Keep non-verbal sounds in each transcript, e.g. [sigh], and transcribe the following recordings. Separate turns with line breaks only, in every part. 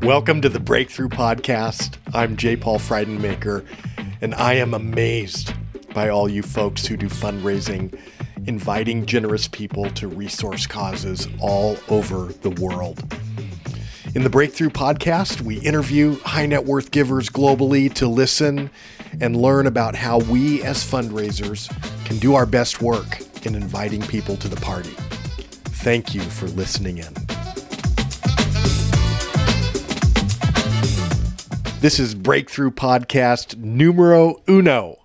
Welcome to the Breakthrough Podcast. I'm J. Paul Freidenmaker, and I am amazed by all you folks who do fundraising, inviting generous people to resource causes all over the world. In the Breakthrough Podcast, we interview high net worth givers globally to listen and learn about how we as fundraisers can do our best work in inviting people to the party. Thank you for listening in. This is Breakthrough Podcast numero uno,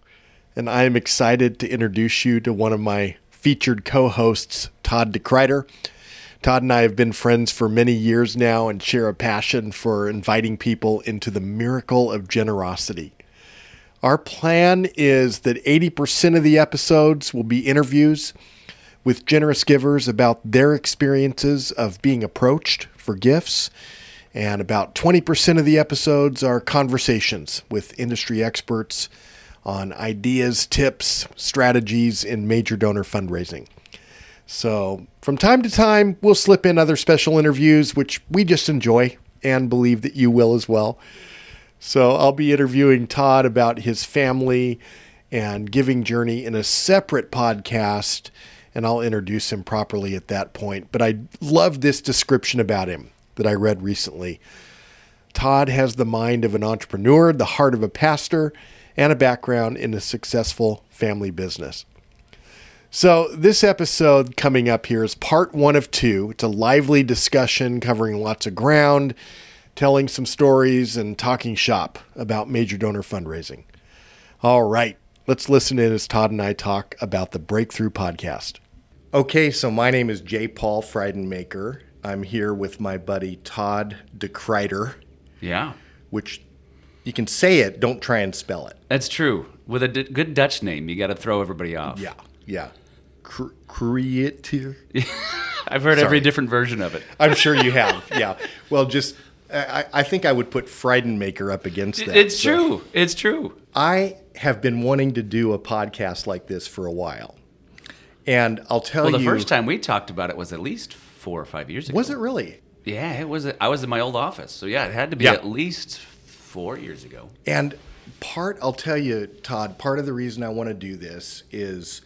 and I am excited to introduce you to one of my featured co hosts, Todd DeKreider. Todd and I have been friends for many years now and share a passion for inviting people into the miracle of generosity. Our plan is that 80% of the episodes will be interviews with generous givers about their experiences of being approached for gifts. And about 20% of the episodes are conversations with industry experts on ideas, tips, strategies in major donor fundraising. So, from time to time, we'll slip in other special interviews, which we just enjoy and believe that you will as well. So, I'll be interviewing Todd about his family and giving journey in a separate podcast, and I'll introduce him properly at that point. But I love this description about him that I read recently. Todd has the mind of an entrepreneur, the heart of a pastor, and a background in a successful family business. So, this episode coming up here is part one of two. It's a lively discussion covering lots of ground, telling some stories, and talking shop about major donor fundraising. All right, let's listen in as Todd and I talk about the Breakthrough Podcast. Okay, so my name is J. Paul Freidenmaker. I'm here with my buddy Todd DeKreider,
Yeah,
which you can say it, don't try and spell it.
that's true. With a d- good Dutch name, you got to throw everybody ooff.
Yeah, yeah. Cr- creative.
I've heard every
Sorry.
different version of it.
I'm sure you have. [laughs] Yeah. Well, just I, I think I would put Freidenmaker up against that.
It's
So
true. It's true.
I have been wanting to do a podcast like this for a while, and I'll tell
Well, the
you,
first time we talked about it was at least four or five years ago.
was it really?
Yeah, it was. I was in my old office, so yeah, it had to be
Yeah.
at least four years ago.
And part, I'll tell you, Todd, part of the reason I want to do this is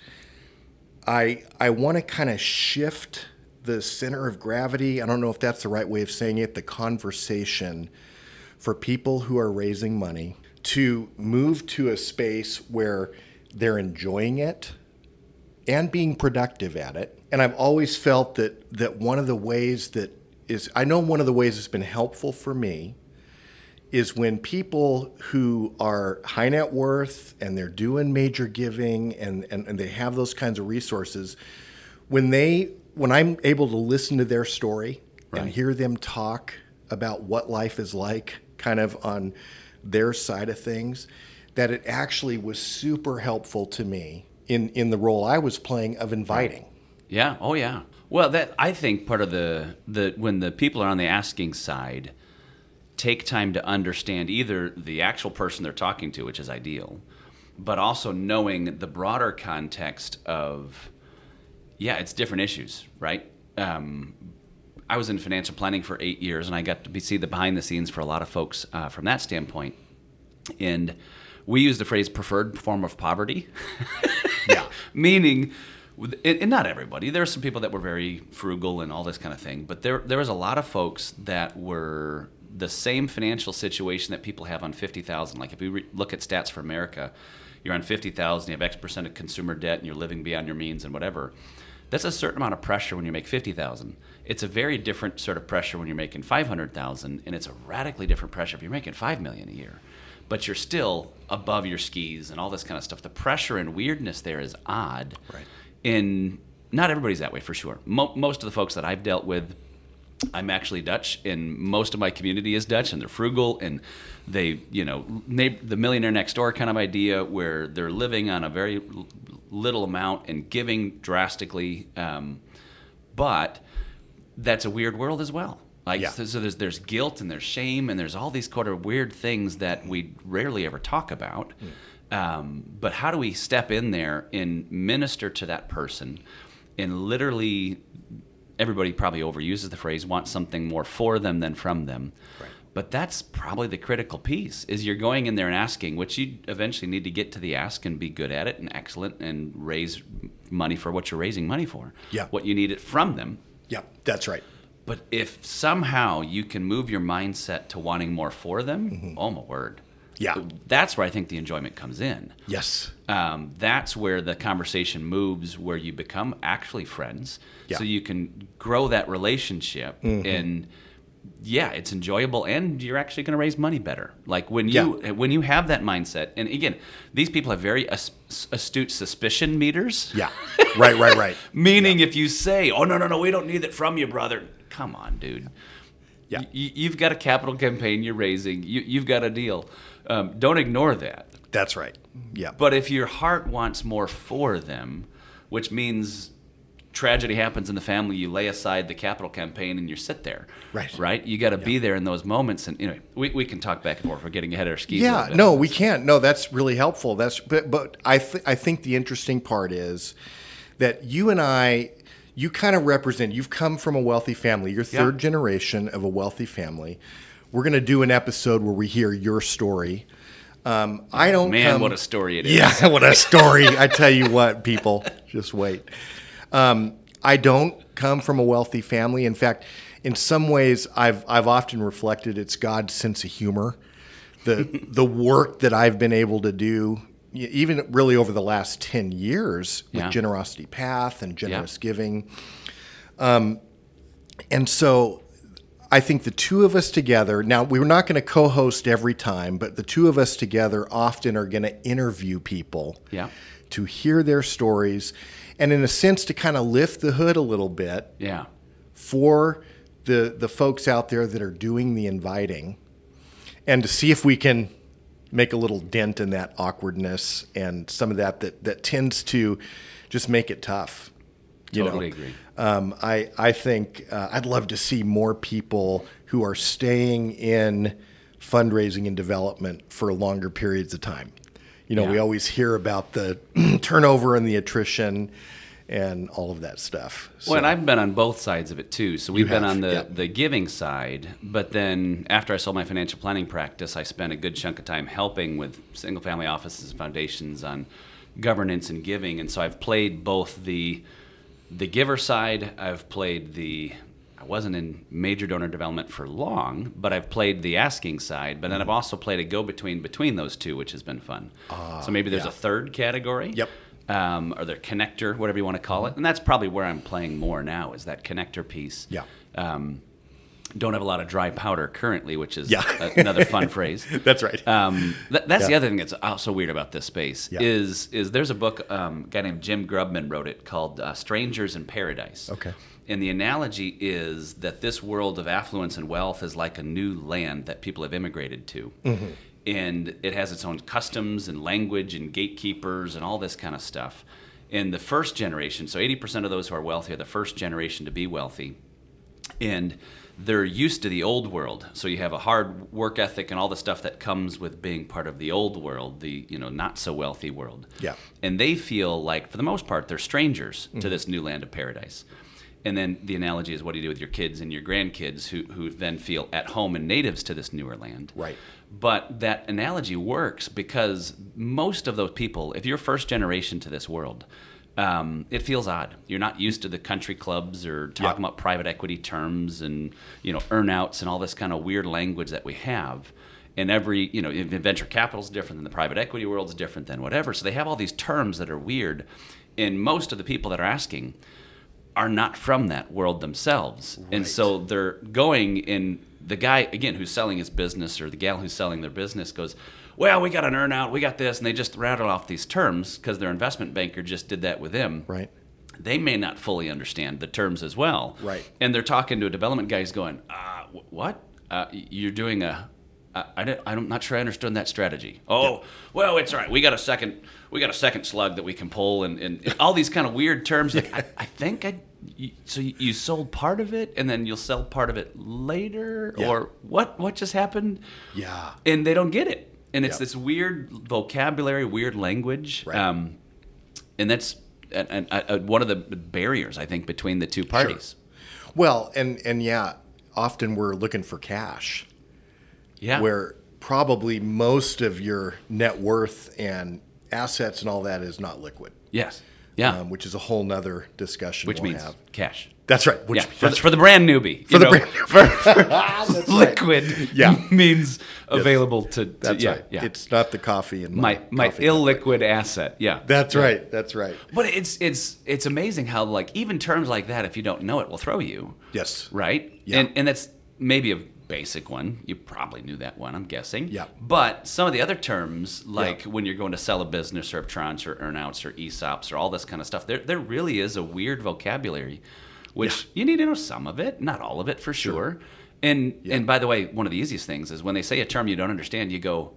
I I want to kind of shift the center of gravity. I don't know if that's the right way of saying it, the conversation for people who are raising money to move to a space where they're enjoying it and being productive at it. And I've always felt that that one of the ways that is I know one of the ways that's been helpful for me is when people who are high net worth and they're doing major giving and, and, and they have those kinds of resources, when they when I'm able to listen to their story and
Right.
hear them talk about what life is like, kind of on their side of things, that it actually was super helpful to me in, in the role I was playing of inviting.
Yeah. Oh, yeah. Well, that I think part of the the when the people are on the asking side, take time to understand either the actual person they're talking to, which is ideal, but also knowing the broader context of, yeah, it's different issues, right? Um, I was in financial planning for eight years, and I got to be, see the behind the scenes for a lot of folks uh, from that standpoint, and we use the phrase preferred form of poverty [laughs]
Yeah.
meaning with- and and not everybody there are some people that were very frugal and all this kind of thing but there there was a lot of folks that were the same financial situation that people have on 50,000 like if we re- look at stats for America you're on 50,000 you have x percent of consumer debt and you're living beyond your means and whatever that's a certain amount of pressure when you make 50,000 it's a very different sort of pressure when you're making 500,000 and it's a radically different pressure if you're making 5 million a year but you're still above your skis and all this kind of stuff. The pressure and weirdness there is odd.
Right.
In not everybody's that way for sure. Mo- most of the folks that I've dealt with, I'm actually Dutch, and most of my community is Dutch, and they're frugal, and they, you know, neigh- the millionaire next door kind of idea where they're living on a very l- little amount and giving drastically. Um, but that's a weird world as well. Like
Yeah.
so, so there's there's guilt and there's shame and there's all these kind of weird things that we rarely ever talk about. Um, but how do we step in there and minister to that person and literally everybody probably overuses the phrase want something more for them than from them.
Right.
But that's probably the critical piece is you're going in there and asking, which you eventually need to get to the ask and be good at it and excellent and raise money for what you're raising money for.
Yeah.
What you need it from them.
Yeah, that's right.
But if somehow you can move your mindset to wanting more for them,
Mm-hmm.
oh my word.
Yeah.
That's where I think the enjoyment comes in.
Yes.
Um, that's where the conversation moves, where you become actually friends.
Yeah. Mm-hmm.
So you can grow that relationship. And yeah, it's enjoyable and you're actually going to raise money better. Like when you when you have that mindset, and again, these people have very as- astute suspicion meters.
[laughs] Yeah. Right, right, right.
Meaning, if you say, "Oh no, no, no, we don't need it from you, brother," come on, dude.
Yeah.
Y- you've got a capital campaign you're raising. You- you've got a deal. Um, don't ignore that.
That's right. Yeah.
But if your heart wants more for them, which means tragedy happens in the family, you lay aside the capital campaign and you sit there.
Right.
Right. You got to be there in those moments. And you know, we, we can talk back and forth. We're getting ahead of our skis. a
yeah,
little bit.
no, we can't. No, that's really helpful. That's but but I th- I think the interesting part is that you and I you kind of represent you've come from a wealthy family. You're
Yeah.
third generation of a wealthy family. We're going to do an episode where we hear your story. Um, I don't
Oh, Man,
come-
what a story it is.
Yeah, [laughs] what a story. I tell you what, people, just wait. Um, I don't come from a wealthy family. In fact, in some ways, I've I've often reflected it's God's sense of humor, the [laughs] the work that I've been able to do, y- even really over the last ten years with
Yeah.
Generosity Path and Generous Giving. Um, And so I think the two of us together, now we're not going to co host every time, but the two of us together often are going to interview people
Yeah.
to hear their stories and, in a sense, to kind of lift the hood a little bit
Yeah.
for the, the folks out there that are doing the inviting and to see if we can make a little dent in that awkwardness and some of that that, that tends to just make it tough. You know?
Totally agree.
Um, I I think uh, I'd love to see more people who are staying in fundraising and development for longer periods of time. You know, we
Yeah.
always hear about the [clears throat] turnover and the attrition and all of that stuff. So,
Well, and I've been on both sides of it too. So we've been
have,
on the,
yeah.
the giving side, but then after I sold my financial planning practice, I spent a good chunk of time helping with single family offices and foundations on governance and giving. And so I've played both the the giver side, I've played the I wasn't in major donor development for long, but I've played the asking side, but then
Mm-hmm.
I've also played a go between between those two, which has been fun. so maybe there's a third category
Ah, Yep.
um, or their connector, whatever you want to call it. And that's probably where I'm playing more now is that connector piece.
yeah,
Don't have a lot of dry powder currently, which is
Yeah.
a- another
[laughs]
fun phrase.
that's right.
Um, th- that's the
Yeah.
other thing that's also weird about this space
Yeah.
is is there's a book um, a guy named Jim Grubman wrote it called uh, Strangers in Paradise.
Okay.
And the analogy is that this world of affluence and wealth is like a new land that people have immigrated to.
Mm-hmm.
And it has its own customs and language and gatekeepers and all this kind of stuff. And the first generation, so 80% of those who are wealthy are the first generation to be wealthy and they're used to the old world. So you have a hard work ethic and all the stuff that comes with being part of the old world, the you know not so wealthy world.
Yeah.
And they feel like, for the most part, they're strangers to this new land of paradise. And then the analogy is what do you do with your kids and your grandkids who, who then feel at home and natives to this newer land.
Right.
But that analogy works because most of those people, if you're first generation to this world, um, it feels odd. You're not used to the country clubs or talking about private equity terms and you know earnouts and all this kind of weird language that we have. And every you know if venture capital's different than the private equity world's different than whatever. So they have all these terms that are weird. And most of the people that are asking are not from that world themselves. And so they're going in the guy again who's selling his business or the gal who's selling their business goes, "Well, we got an earnout, we got this." And they just rattle off these terms because their investment banker just did that with them.
right.
They may not fully understand the terms as well.
Right.
And they're talking to a development guy who's going, uh, wh- "What? Uh, y- you're doing a I, I don't, I'm not sure I understood that strategy. Oh, well, it's all right. We got a second. We got a second slug that we can pull, and, and all these kind of weird
[laughs]
terms. Like I, I think I. You, so you you sold part of it, and then you'll sell part of it later,
Yeah.
or what? What just happened?
Yeah.
And they don't get it, and it's
Yeah.
this weird vocabulary, weird language.
Right.
Um, and that's and, and, uh, one of the barriers I think between the two parties.
Well, and and yeah, often we're looking for cash.
Yeah.
where probably most of your net worth and assets and all that is not liquid,
Yes. Yeah.
um, which is a whole nother discussion.
Which
we'll
means
have.
cash.
that's right. Which
yeah. For the,
that's
for the brand newbie.
for the
[laughs]
brand new- [laughs]
liquid.
Yeah.
[laughs] means available to, to-
That's
yeah,
right.
Yeah.
It's not the coffee and my
my my
coffee.
illiquid asset. Yeah.
That's right. That's right.
But it's it's it's amazing how like even terms like that, if you don't know it, will throw you.
Yes.
Right.
Yeah.
And and that's maybe a basic one. You probably knew that one. I'm guessing.
Yeah.
But some of the other terms, like when you're going to sell a business or a tranche or earnouts or E ESOPs or all this kind of stuff, there there really is a weird vocabulary, which you need to know some of it, not all of it for sure. And and by the way, one of the easiest things is when they say a term you don't understand, you go,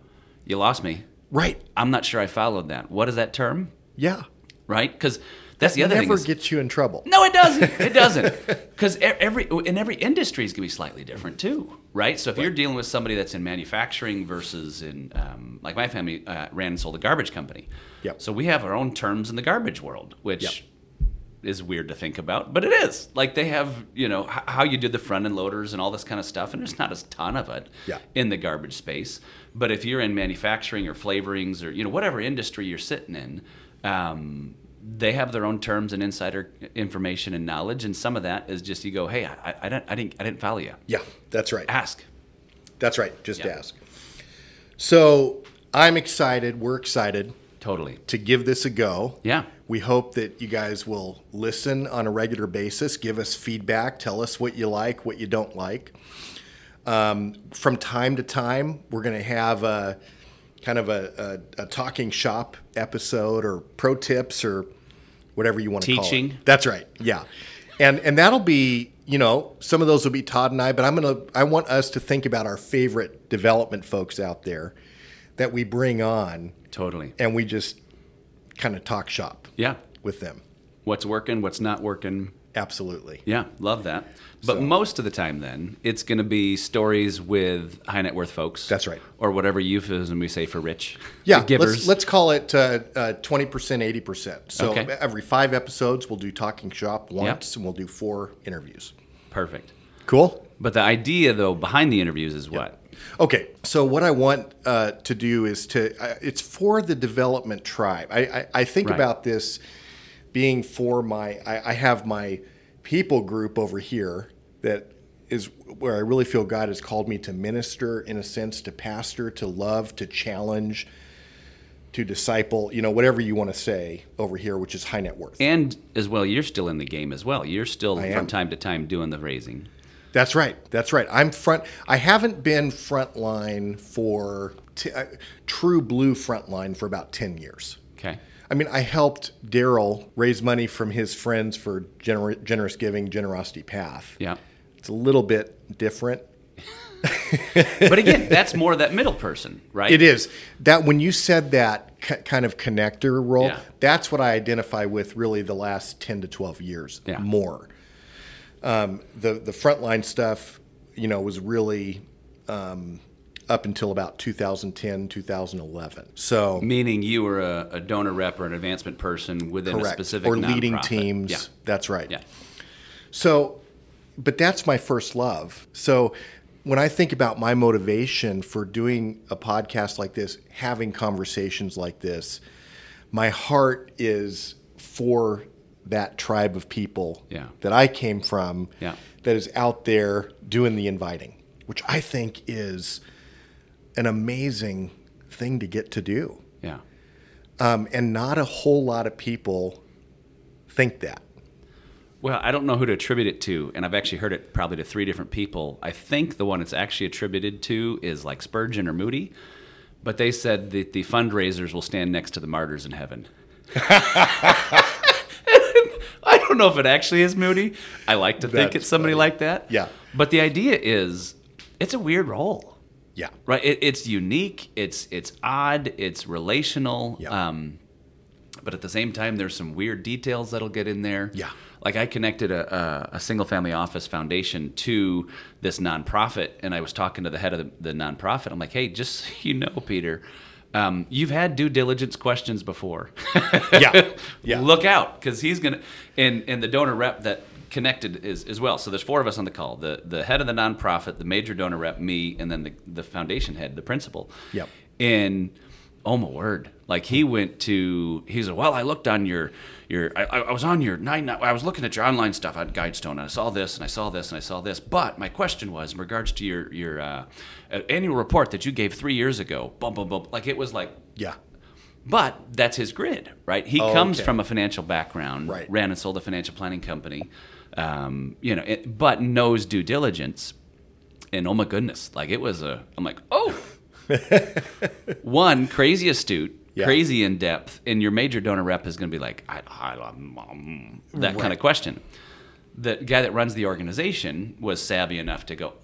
"You lost me.
Right.
I'm not sure I followed that. What is that term?"
Yeah.
right? Because that's the other thing.
Never
Is,
gets you in trouble.
no, it
[laughs]
doesn't. It doesn't. Because every in every industry is going to be slightly different too, right? So if you're dealing with somebody that's in manufacturing versus in um, like my family uh, ran and sold a garbage company,
Yep.
So we have our own terms in the garbage world, which.
Yep.
Is weird to think about, but it is. Like they have, you know, h- how you did the front end loaders and all this kind of stuff, and there's not a ton of it
Yeah.
in the garbage space. But if you're in manufacturing or flavorings or you know whatever industry you're sitting in, um, they have their own terms and insider information and knowledge, and some of that is just you go, hey, I, I don't, I didn't, I didn't follow you.
Yeah. That's right.
Ask.
That's right. Just
Yeah.
ask. So I'm excited. We're excited
Totally.
to give this a go.
Yeah.
We hope that you guys will listen on a regular basis, give us feedback, tell us what you like, what you don't like. Um, from time to time, we're going to have a kind of a, a, a talking shop episode or pro tips or whatever you want to call
Teaching.
it. That's right. Yeah. And and that'll be, you know, some of those will be Todd and I, but I'm going to I want us to think about our favorite development folks out there that we bring on
Totally.
and we just kind of talk shop
Yeah.
with them.
What's working? What's not working?
Absolutely.
Yeah, love that. But
So-
most of the time, then it's going to be stories with high net worth folks.
That's right.
Or whatever euphemism we say for rich.
Yeah,
the givers.
let's, let's call it uh, uh, 20%, 80%. So
Okay.
every five episodes, we'll do Talking Shop once and we'll do four interviews.
Perfect.
Cool.
But the idea, though, behind the interviews is what?
Okay, so what I want uh, to do is to, uh, it's for the development tribe. I, I, I think
Right.
about this being for my, I, I have my people group over here that is where I really feel God has called me to minister, in a sense, to pastor, to love, to challenge, to disciple, you know, whatever you want to say over here, which is high net worth.
And as well, you're still in the game as well. You're still
am.
from time to time doing the raising.
That's right. That's right. I'm front. I haven't been frontline for t- uh, true blue frontline for about ten years.
Okay.
I mean, I helped Daryl raise money from his friends for gener- generous giving, generosity path.
Yeah.
It's a little bit different.
But
[laughs]
again, that's more that middle person, right?
It is that when you said that ki kind of connector role,
Yeah.
that's what I identify with really the last ten to twelve years
Yeah.
more. Um, the the frontline stuff, you know, was really um, up until about 2010, 2011. So
Meaning you were a, a donor rep or an advancement person within a
correct
specific
or leading
nonprofit.
teams.
Yeah.
That's right.
Yeah.
So, but that's my first love. So, when I think about my motivation for doing a podcast like this, having conversations like this, my heart is for that tribe of people
Yeah.
that I came from
Yeah.
that is out there doing the inviting, which I think is an amazing thing to get to do.
Yeah.
Um, and not a whole lot of people think that.
Well, I don't know who to attribute it to, and I've actually heard it probably to three different people. I think the one it's actually attributed to is like Spurgeon or Moody, but they said that the fundraisers will stand next to the martyrs in heaven. [laughs] I don't know if it actually is Moody. I like to think
That's
it's somebody
funny.
like that.
Yeah.
But the idea is it's a weird role
Yeah.
right it, it's unique it's it's odd it's relational
Yeah.
um but at the same time there's some weird details that'll get in there
Yeah.
like i connected a, a, a single family office foundation to this nonprofit and i was talking to the head of the, the nonprofit i'm like hey just so you know peter um, you've had due diligence questions before [laughs]
Yeah. Yeah.
look out because he's gonna and and the donor rep that connected as, as well. So there's four of us on the call: the the head of the nonprofit, the major donor rep, me, and then the the foundation head, the principal.
Yep.
And oh my word, like he went to he's like, well, I looked on your your I, I was on your nine I was looking at your online stuff on Guidestone and I saw this and I saw this and I saw this. But my question was in regards to your your uh, annual report that you gave three years ago. Bum bum bum. Like it was like
Yeah.
but that's his grid, right? He comes
Oh, okay.
from a financial background,
Right.
ran and sold a financial planning company, um, you know, it, but knows due diligence. And oh my goodness, like it was a, I'm like, oh,
[laughs]
one crazy astute,
Yeah.
crazy in depth, and your major donor rep is going to be like, I, I, um, um, that kind of question. The guy that runs the organization was savvy enough to go,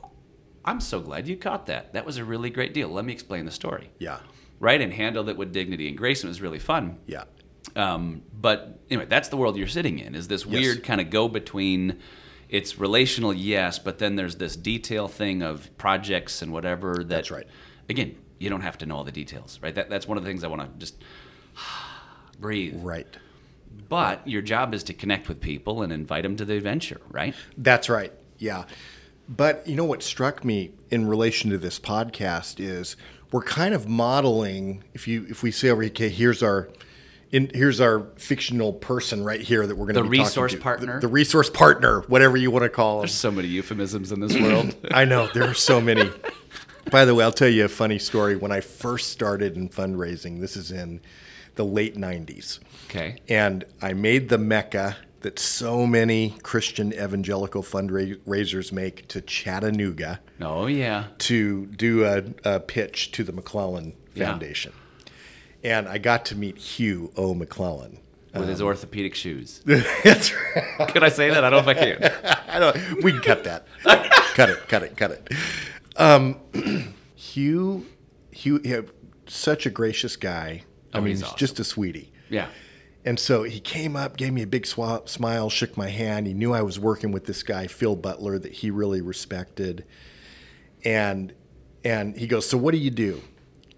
I'm so glad you caught that. That was a really great deal. Let me explain the story
Yeah.
right and handled it with dignity and grace and it was really fun
Yeah.
um, but anyway that's the world you're sitting in is this weird kind of go between it's relational yes but then there's this detail thing of projects and whatever that,
That's right.
again you don't have to know all the details right that, that's one of the things i want to just [sighs] breathe
Right.
but your job is to connect with people and invite them to the adventure right
That's right. Yeah. But you know what struck me in relation to this podcast is we're kind of modeling if you if we say over here, okay, here's our in, here's our fictional person right here that we're going to
The
be talking
resource
to. The-
partner?
the, resource partner, whatever you want to call them.
there's so many euphemisms in this world
I know there are so many. [laughs] By the way, I'll tell you a funny story. When I first started in fundraising, this is in the late '90s.
[laughs] okay
And I made the mecca that so many Christian evangelical fundraisers make to Chattanooga
oh yeah
to do a, a pitch to the McClellan
Yeah.
Foundation. And I got to meet Hugh O.
[laughs]
McClellan.
with his orthopedic shoes
That's right.
could i say that i don't know if i can [laughs]
I don't. We can cut that. cut it. Cut it. Cut it. Um, [clears throat] Hugh, Hugh, yeah, such a gracious guy. I
Oh,
mean,
he's
he's
awesome.
just a sweetie.
yeah
And so he came up, gave me a big swa- smile, shook my hand. He knew I was working with this guy, Phil Butler, that he really respected. And and he goes, "So what do you do?"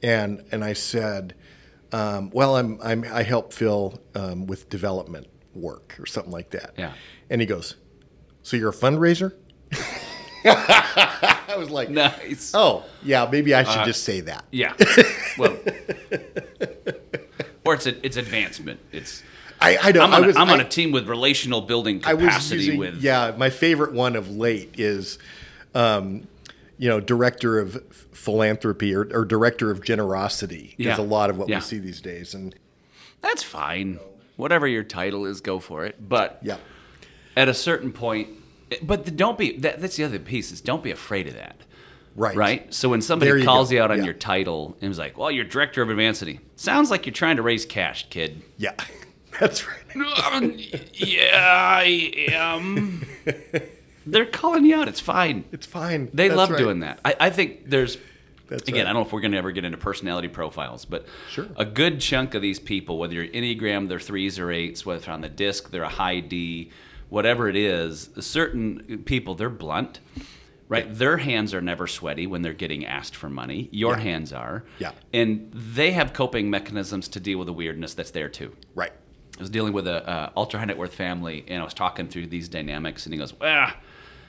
And and I said, um, "Well, I'm, I'm I help Phil um, with development work or something like that."
Yeah.
And he goes, "So you're a
[laughs]
fundraiser?" I was like,
nice
"Oh, yeah, maybe I
Uh,
should just say that." [laughs]
Yeah. Well, or it's a, it's advancement. It's
I, I don't.
I'm on,
I
a-
was,
I'm on
I-
a team with relational building
I
capacity
was using,
with
yeah. My favorite one of late is, um, you know, director of philanthropy or, or director of generosity
Yeah.
is a lot of what
Yeah.
we see these days, and
that's fine. Whatever your title is, go for it. But
yeah,
at a certain point, but the- don't be that, that's the other piece is don't be afraid of that.
right,
Right? So when
There
somebody
you
calls
go.
you out on
Yeah.
your title and is like, "Well, you're director of advancity," sounds like you're trying to raise cash,
[laughs]
kid.
yeah, that's right.
Um, yeah, I
[laughs]
am. They're calling you out. It's fine.
It's fine.
They
That's
love
right.
doing that. I, I think there's
That's
again,
right.
I don't know if we're going to ever get into personality profiles, but
Sure.
a good chunk of these people, whether you're Enneagram, they're threes or eights, whether they're on the disc, they're a high D, whatever it is, certain people, they're blunt, right? Their hands are never sweaty when they're getting asked for money. Your hands are.
Yeah.
And they have coping mechanisms to deal with the weirdness that's there too.
Right.
I was dealing with a uh, ultra high net worth family, and I was talking through these dynamics, and he goes, "Well,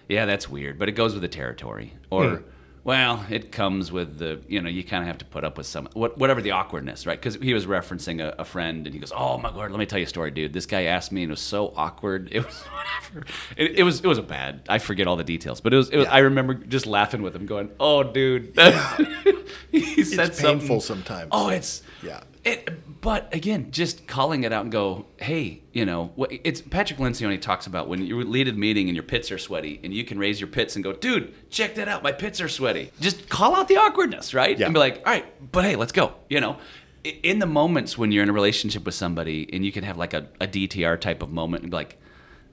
yeah, that's weird, but it goes with the territory." Or,
Hmm.
"Well, it comes with the you know you kind of have to put up with some what, whatever the awkwardness, right?" Because he was referencing a, a friend, and he goes, "Oh my god, let me tell you a story, dude. This guy asked me, and it was so awkward. [laughs] It was whatever. It, it was it was a bad. I forget all the details, but it was. It was I remember just laughing with him, going, "Oh, dude." [laughs] he said
It's painful
something.
sometimes.
Oh, it's
Yeah.
It, but again, just calling it out and go, hey, you know, what- it's Patrick Lencioni talks about when you lead a meeting and your pits are sweaty, and you can raise your pits and go, dude, check that out, my pits are sweaty. Just call out the awkwardness, right?
Yeah.
And be like, all right, but hey, let's go. You know, I- in the moments when you're in a relationship with somebody and you can have like a, a DTR type of moment and be like,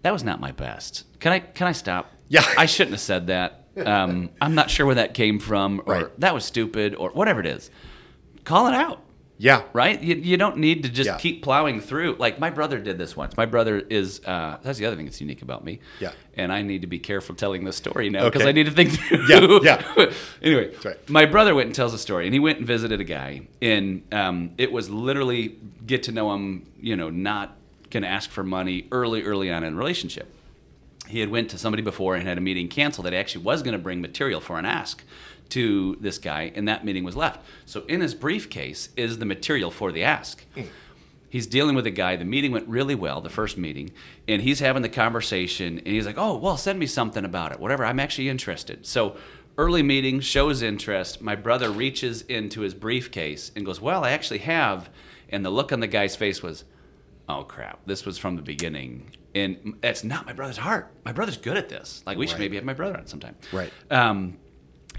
that was not my best. Can I can I stop?
Yeah.
I shouldn't have said that. Um, I'm not sure where that came from, or
Right.
that was stupid, or whatever it is. Call it out
yeah.
right? You, you don't need to just
Yeah.
keep plowing through. Like my brother did this once. My brother is uh, that's the other thing that's unique about me.
Yeah.
And I need to be careful telling this story now because
Okay.
I need to think through.
Yeah, yeah.
[laughs] anyway,
right.
my brother went and tells a story, and he went and visited a guy, and um, it was literally get to know him. You know, not gonna ask for money early, early on in a relationship. he had went to somebody before and had a meeting canceled that he actually was going to bring material for an ask to this guy and that meeting was left so in his briefcase is the material for the ask he's dealing with a guy the meeting went really well the first meeting and he's having the conversation and he's like oh well send me something about it whatever i'm actually interested so early meeting shows interest my brother reaches into his briefcase and goes well i actually have and the look on the guy's face was oh crap this was from the beginning and that's not my brother's heart my brother's good at this like we should
Right.
maybe have my brother on sometime
Right.
um,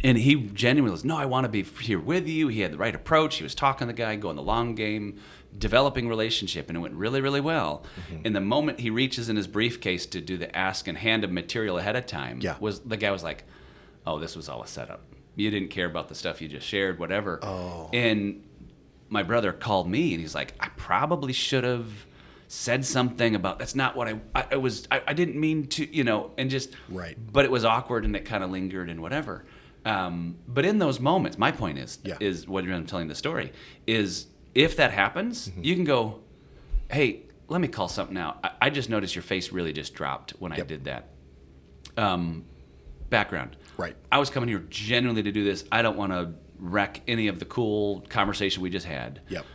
and he genuinely was, no, I want to be here with you. He had the right approach. He was talking to the guy, going the long game, developing relationship, and it went really, really well.
Mm-hmm.
And the moment he reaches in his briefcase to do the ask and hand him material ahead of time,
Yeah.
was the guy was like, oh, this was all a setup. You didn't care about the stuff you just shared, whatever. Oh. And my brother called me and he's like, I probably should have said something about that's not what I I, I was I, I didn't mean to you know and just
Right.
but it was awkward and it kind of lingered and whatever. Um, but in those moments, my point is
Yeah.
is what I'm telling the story is if that happens,
Mm-hmm.
you can go, hey, let me call something out. I, I just noticed your face really just dropped when I
Yep.
did that. Um, background.
Right.
I was coming here genuinely to do this. I don't want to wreck any of the cool conversation we just had
Yep.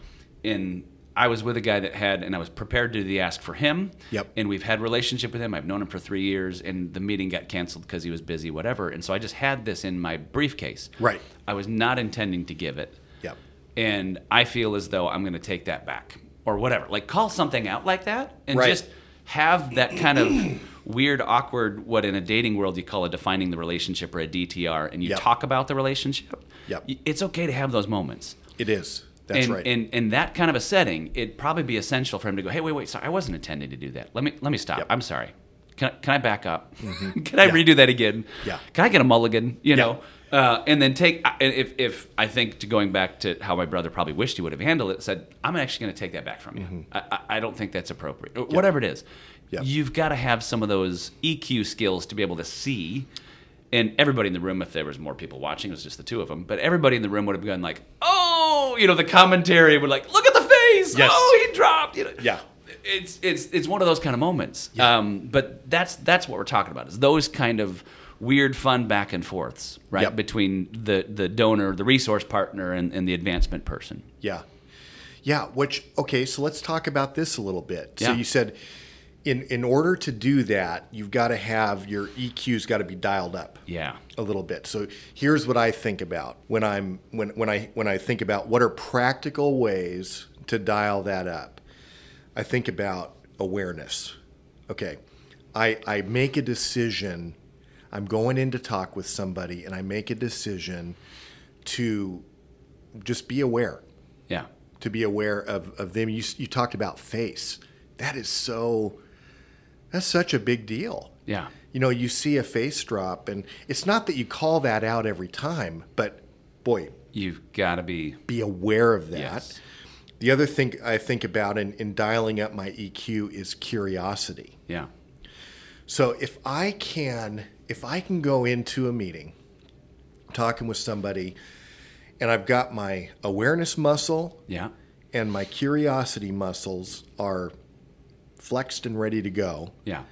and I was with a guy that had, and I was prepared to do the ask for him.
Yep.
And we've had relationship with him. I've known him for three years, and the meeting got canceled because he was busy, whatever. And so I just had this in my briefcase.
Right.
I was not intending to give it.
Yep.
And I feel as though I'm going to take that back or whatever. Like call something out like that, and
Right.
just have that kind of weird, awkward, what in a dating world you call a defining the relationship or a DTR, and you
Yep.
talk about the relationship.
Yep.
Y- It's okay to have those moments
It is. That's
and,
right.
And in that kind of a setting, it'd probably be essential for him to go, "Hey, wait, wait, sorry, I wasn't intending to do that. Let me let me stop.
Yep. Mm-hmm.
I'm sorry. Can I, can I back up? [laughs] can I
Yeah.
redo that again?
Yeah.
Can I get a mulligan? You know." Uh, and then take I- and if if I think to going back to how my brother probably wished he would have handled it, said I'm actually going to take that back from you.
Mm-hmm.
I, I, I don't think that's appropriate. Or Whatever it is,
Yep.
you've got to have some of those EQ skills to be able to see. And everybody in the room, if there was more people watching, it was just the two of them. But everybody in the room would have gone like, "Oh," you know, the commentary would like, "Look at the face!
Yes.
Oh, he dropped!" You know,
Yeah.
It's it's it's one of those kind of moments. Um, but that's that's what we're talking about is those kind of weird, fun back and forths, right,
Yep.
between the the donor, the resource partner, and, and the advancement person.
Yeah. Yeah, which okay, so let's talk about this a little bit. So
Yeah.
you said in in order to do that, you've got to have your EQ's got to be dialed up
Yeah.
a little bit. So here's what I think about when I'm when when I when I think about what are practical ways to dial that up. I think about awareness. Okay. I I make a decision. I'm going in to talk with somebody and I make a decision to just be aware
Yeah.
to be aware of, of them. You, you talked about face. That is so, that's such a big deal.
Yeah.
You know, you see a face drop, and it's not that you call that out every time, but boy,
You've got to be
be aware of that.
Yes.
The other thing I think about in, in dialing up my EQ is curiosity.
yeah.
So if I can if I can go into a meeting talking with somebody and I've got my awareness muscle
Yeah.
and my curiosity muscles are flexed and ready to go,
Yeah.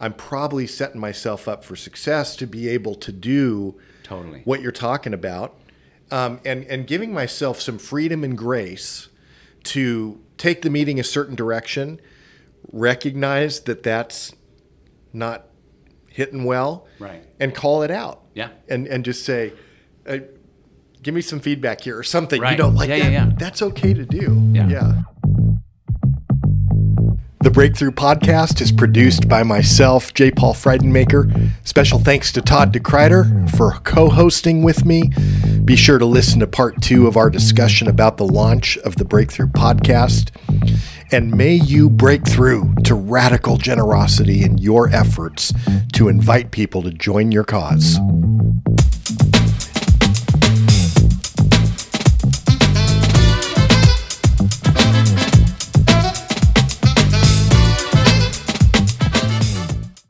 I'm probably setting myself up for success to be able to do
Totally.
what you're talking about um, and, and giving myself some freedom and grace to take the meeting a certain direction, recognize that that's not hitting well,
Right.
and call it out.
Yeah.
And, and just say, uh, give me some feedback here or something. You
Right.
don't like
Yeah,
that.
yeah, yeah.
That's okay to do.
Yeah.
yeah. The Breakthrough Podcast is produced by myself, J. Paul Freidenmaker. Special thanks to Todd DeKreider for co hosting with me. Be sure to listen to part two of our discussion about the launch of the Breakthrough Podcast. And may you break through to radical generosity in your efforts to invite people to join your cause.